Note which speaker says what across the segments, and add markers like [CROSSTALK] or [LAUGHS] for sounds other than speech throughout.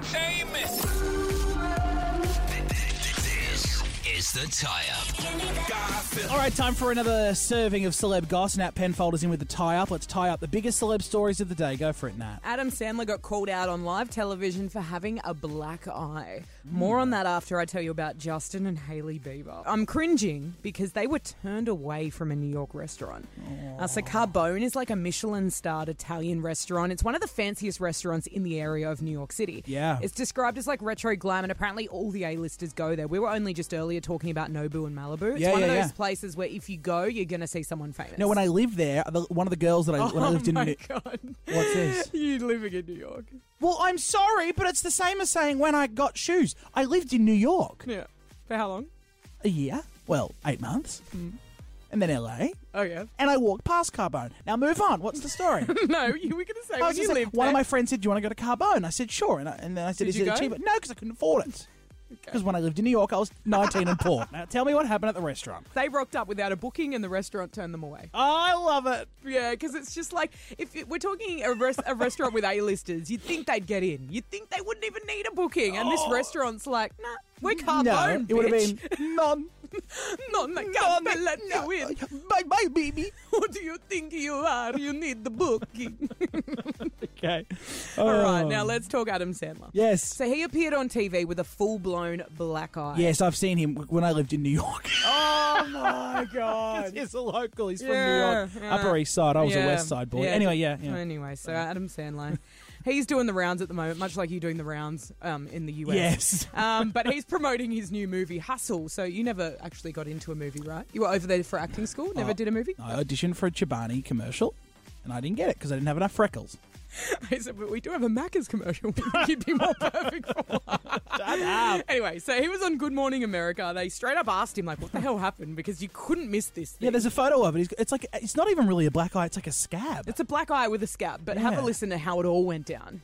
Speaker 1: Seamus.
Speaker 2: This is the tie up.
Speaker 1: Garfield.
Speaker 3: All right, time for another serving of celeb goss. Nat Penfolders in with the tie up. Let's tie up the biggest celeb stories of the day. Go for it, Nat.
Speaker 4: Adam Sandler got called out on live television for having a black eye. More on that after I tell you about Justin and Haley Bieber. I'm cringing because they were turned away from a New York restaurant. Uh, so Carbone is like a Michelin-starred Italian restaurant. It's one of the fanciest restaurants in the area of New York City.
Speaker 3: Yeah.
Speaker 4: It's described as like retro glam, and apparently all the A-listers go there. We were only just earlier talking about Nobu and Malibu. It's
Speaker 3: Yeah,
Speaker 4: one of
Speaker 3: yeah,
Speaker 4: those
Speaker 3: yeah.
Speaker 4: places where if you go, you're going to see someone famous.
Speaker 3: No, when I lived there, the, one of the girls that I
Speaker 4: [LAUGHS]
Speaker 3: when I lived in.
Speaker 4: oh my god.
Speaker 3: What's this?
Speaker 4: You living in New York.
Speaker 3: [LAUGHS] Well, I'm sorry, but it's the same as saying when I got shoes. I lived in New York
Speaker 4: Yeah. For how long?
Speaker 3: a year, well, eight months, and then LA,
Speaker 4: Oh yeah.
Speaker 3: and I walked past Carbone. Now move on. What's the [LAUGHS] story?
Speaker 4: [LAUGHS] No, you were going to say
Speaker 3: I
Speaker 4: when
Speaker 3: was
Speaker 4: you
Speaker 3: just like,
Speaker 4: lived
Speaker 3: one of my
Speaker 4: there.
Speaker 3: friends said, "Do you want to go to Carbone?" I said, "Sure," and, I, and then I said,
Speaker 4: Did
Speaker 3: "Is
Speaker 4: you
Speaker 3: it
Speaker 4: go?
Speaker 3: cheaper?" No, because I couldn't afford it. Because when I lived in New York, I was 19 and poor. Now tell me what happened at the restaurant.
Speaker 4: [LAUGHS] They rocked up without a booking, and the restaurant turned them away.
Speaker 3: I love it.
Speaker 4: Yeah, because it's just like if it- we're talking a, res- a restaurant with A-listers, you'd think they'd get in. You'd think they wouldn't even need a booking, and this restaurant's like, nah, we're carbone.
Speaker 3: Oh. no, it would
Speaker 4: [LAUGHS] bitch.
Speaker 3: have been none.
Speaker 4: None that can't be let
Speaker 3: no,
Speaker 4: you [LAUGHS] in.
Speaker 3: Bye, bye, baby.
Speaker 4: Who do you think you are? You need the booking. [LAUGHS]
Speaker 3: Okay.
Speaker 4: All right,
Speaker 3: Oh.
Speaker 4: now let's talk Adam Sandler.
Speaker 3: Yes.
Speaker 4: So he appeared on TV with a full-blown black eye.
Speaker 3: yes, I've seen him w- when I lived in New York. [LAUGHS]
Speaker 4: Oh my god.
Speaker 3: he's a local. He's
Speaker 4: Yeah,
Speaker 3: from New
Speaker 4: yeah.
Speaker 3: York, Upper East Side. I was a
Speaker 4: Yeah,
Speaker 3: West Side boy. Anyway, yeah, yeah.
Speaker 4: Anyway, so Adam Sandler, [LAUGHS] he's doing the rounds at the moment, much like you doing the rounds um, in the US.
Speaker 3: Yes.
Speaker 4: Um, but he's promoting his new movie, Hustle. So you never actually got into a movie, right? You were over there for acting school, never
Speaker 3: Uh,
Speaker 4: did a movie. [LAUGHS]
Speaker 3: I auditioned for a Chobani commercial, and I didn't get it because I didn't have enough freckles.
Speaker 4: I said, but we do have a Macca's commercial. [LAUGHS] We think You'd be more perfect for
Speaker 3: [LAUGHS]
Speaker 4: one. Anyway, so he was on Good Morning America. They straight up asked him, like, what the hell happened? Because you couldn't miss this. Thing.
Speaker 3: Yeah, there's a photo of it. He's- It's like it's not even really a black eye. It's like a scab.
Speaker 4: it's a black eye with a scab, but have
Speaker 3: Yeah.
Speaker 4: a listen to how it all went down.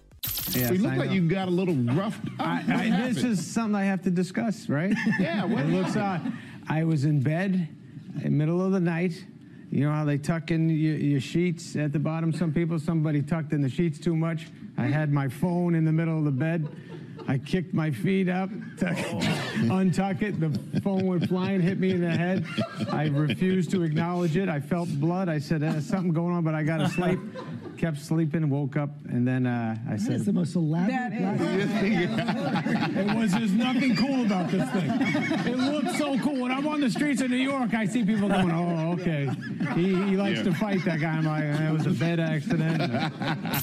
Speaker 5: Yes,
Speaker 6: You look
Speaker 5: I
Speaker 6: like
Speaker 5: know.
Speaker 6: you got a little rough.
Speaker 5: I,
Speaker 6: Oh. What
Speaker 5: I,
Speaker 6: happened?
Speaker 5: this is something I have to discuss, right?
Speaker 6: [LAUGHS] Yeah, what
Speaker 5: it looks out.
Speaker 6: happened?
Speaker 5: I was in bed, in middle of the night. You know how they tuck in your, your sheets at the bottom. Some people, somebody tucked in the sheets too much. I had my phone in the middle of the bed. I kicked my feet up, tuck,
Speaker 6: Oh.
Speaker 5: untuck it. The phone went flying, hit me in the head. I refused to acknowledge it. I felt blood. I said, "There's something going on," but I got to sleep. Kept sleeping, woke up, and then uh, I said,
Speaker 7: That's the most elaborate. black
Speaker 5: It was there's nothing cool about this thing. It looked so cool. When I'm on the streets of New York, I see people going, "Oh, okay." He, he likes
Speaker 6: Yeah.
Speaker 5: to fight that guy. I'm like, "Eh, "It was a bed accident."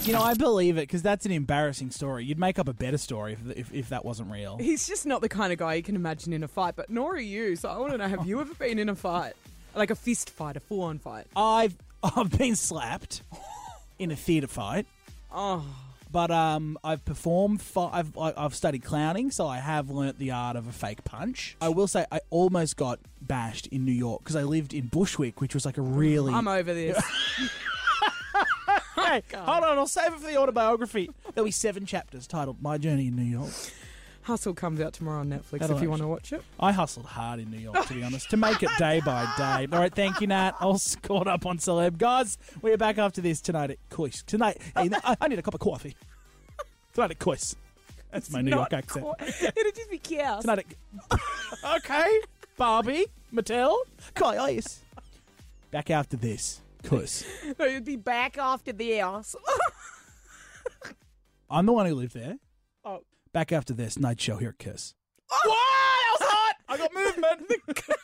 Speaker 3: you know, I believe it because that's an embarrassing story. You'd make up a better story if, if, if that wasn't real.
Speaker 4: He's just not the kind of guy you can imagine in a fight, but nor are you. So I want to know have you ever been in a fight? Like a fist fight, a full on fight?
Speaker 3: I've [LAUGHS] I've been slapped in a theatre fight. Oh. But um, I've performed. Fi- I've I- I've studied clowning, so I have learnt the art of a fake punch. I will say I almost got bashed in New York because I lived in Bushwick, which was like a really.
Speaker 4: I'm
Speaker 3: [LAUGHS]
Speaker 4: over this.
Speaker 3: Hey, hold on, I'll save it for the autobiography. There'll be seven chapters titled "My Journey in New York."
Speaker 4: Hustle comes out tomorrow on Netflix
Speaker 3: That'll
Speaker 4: if
Speaker 3: actually-
Speaker 4: you want to watch it.
Speaker 3: I hustled hard in New York, to be honest, to make it day by day. All right, thank you, Nat. All caught up on celeb guys. We are back after this tonight at Cois. Tonight, hey, I I need a cup of coffee. Tonight at Cois. That's my New York accent.
Speaker 4: [LAUGHS] It'll just be chaos.
Speaker 3: Tonight at [LAUGHS] okay, Barbie, Mattel, Cois. Back after this, Cois.
Speaker 4: No, It'll be back after this.
Speaker 3: I'm the one who lived there.
Speaker 4: Oh.
Speaker 3: Back after this night show here at Kiss.
Speaker 4: Wow, that was hot! [LAUGHS]
Speaker 3: [LAUGHS] I got movement.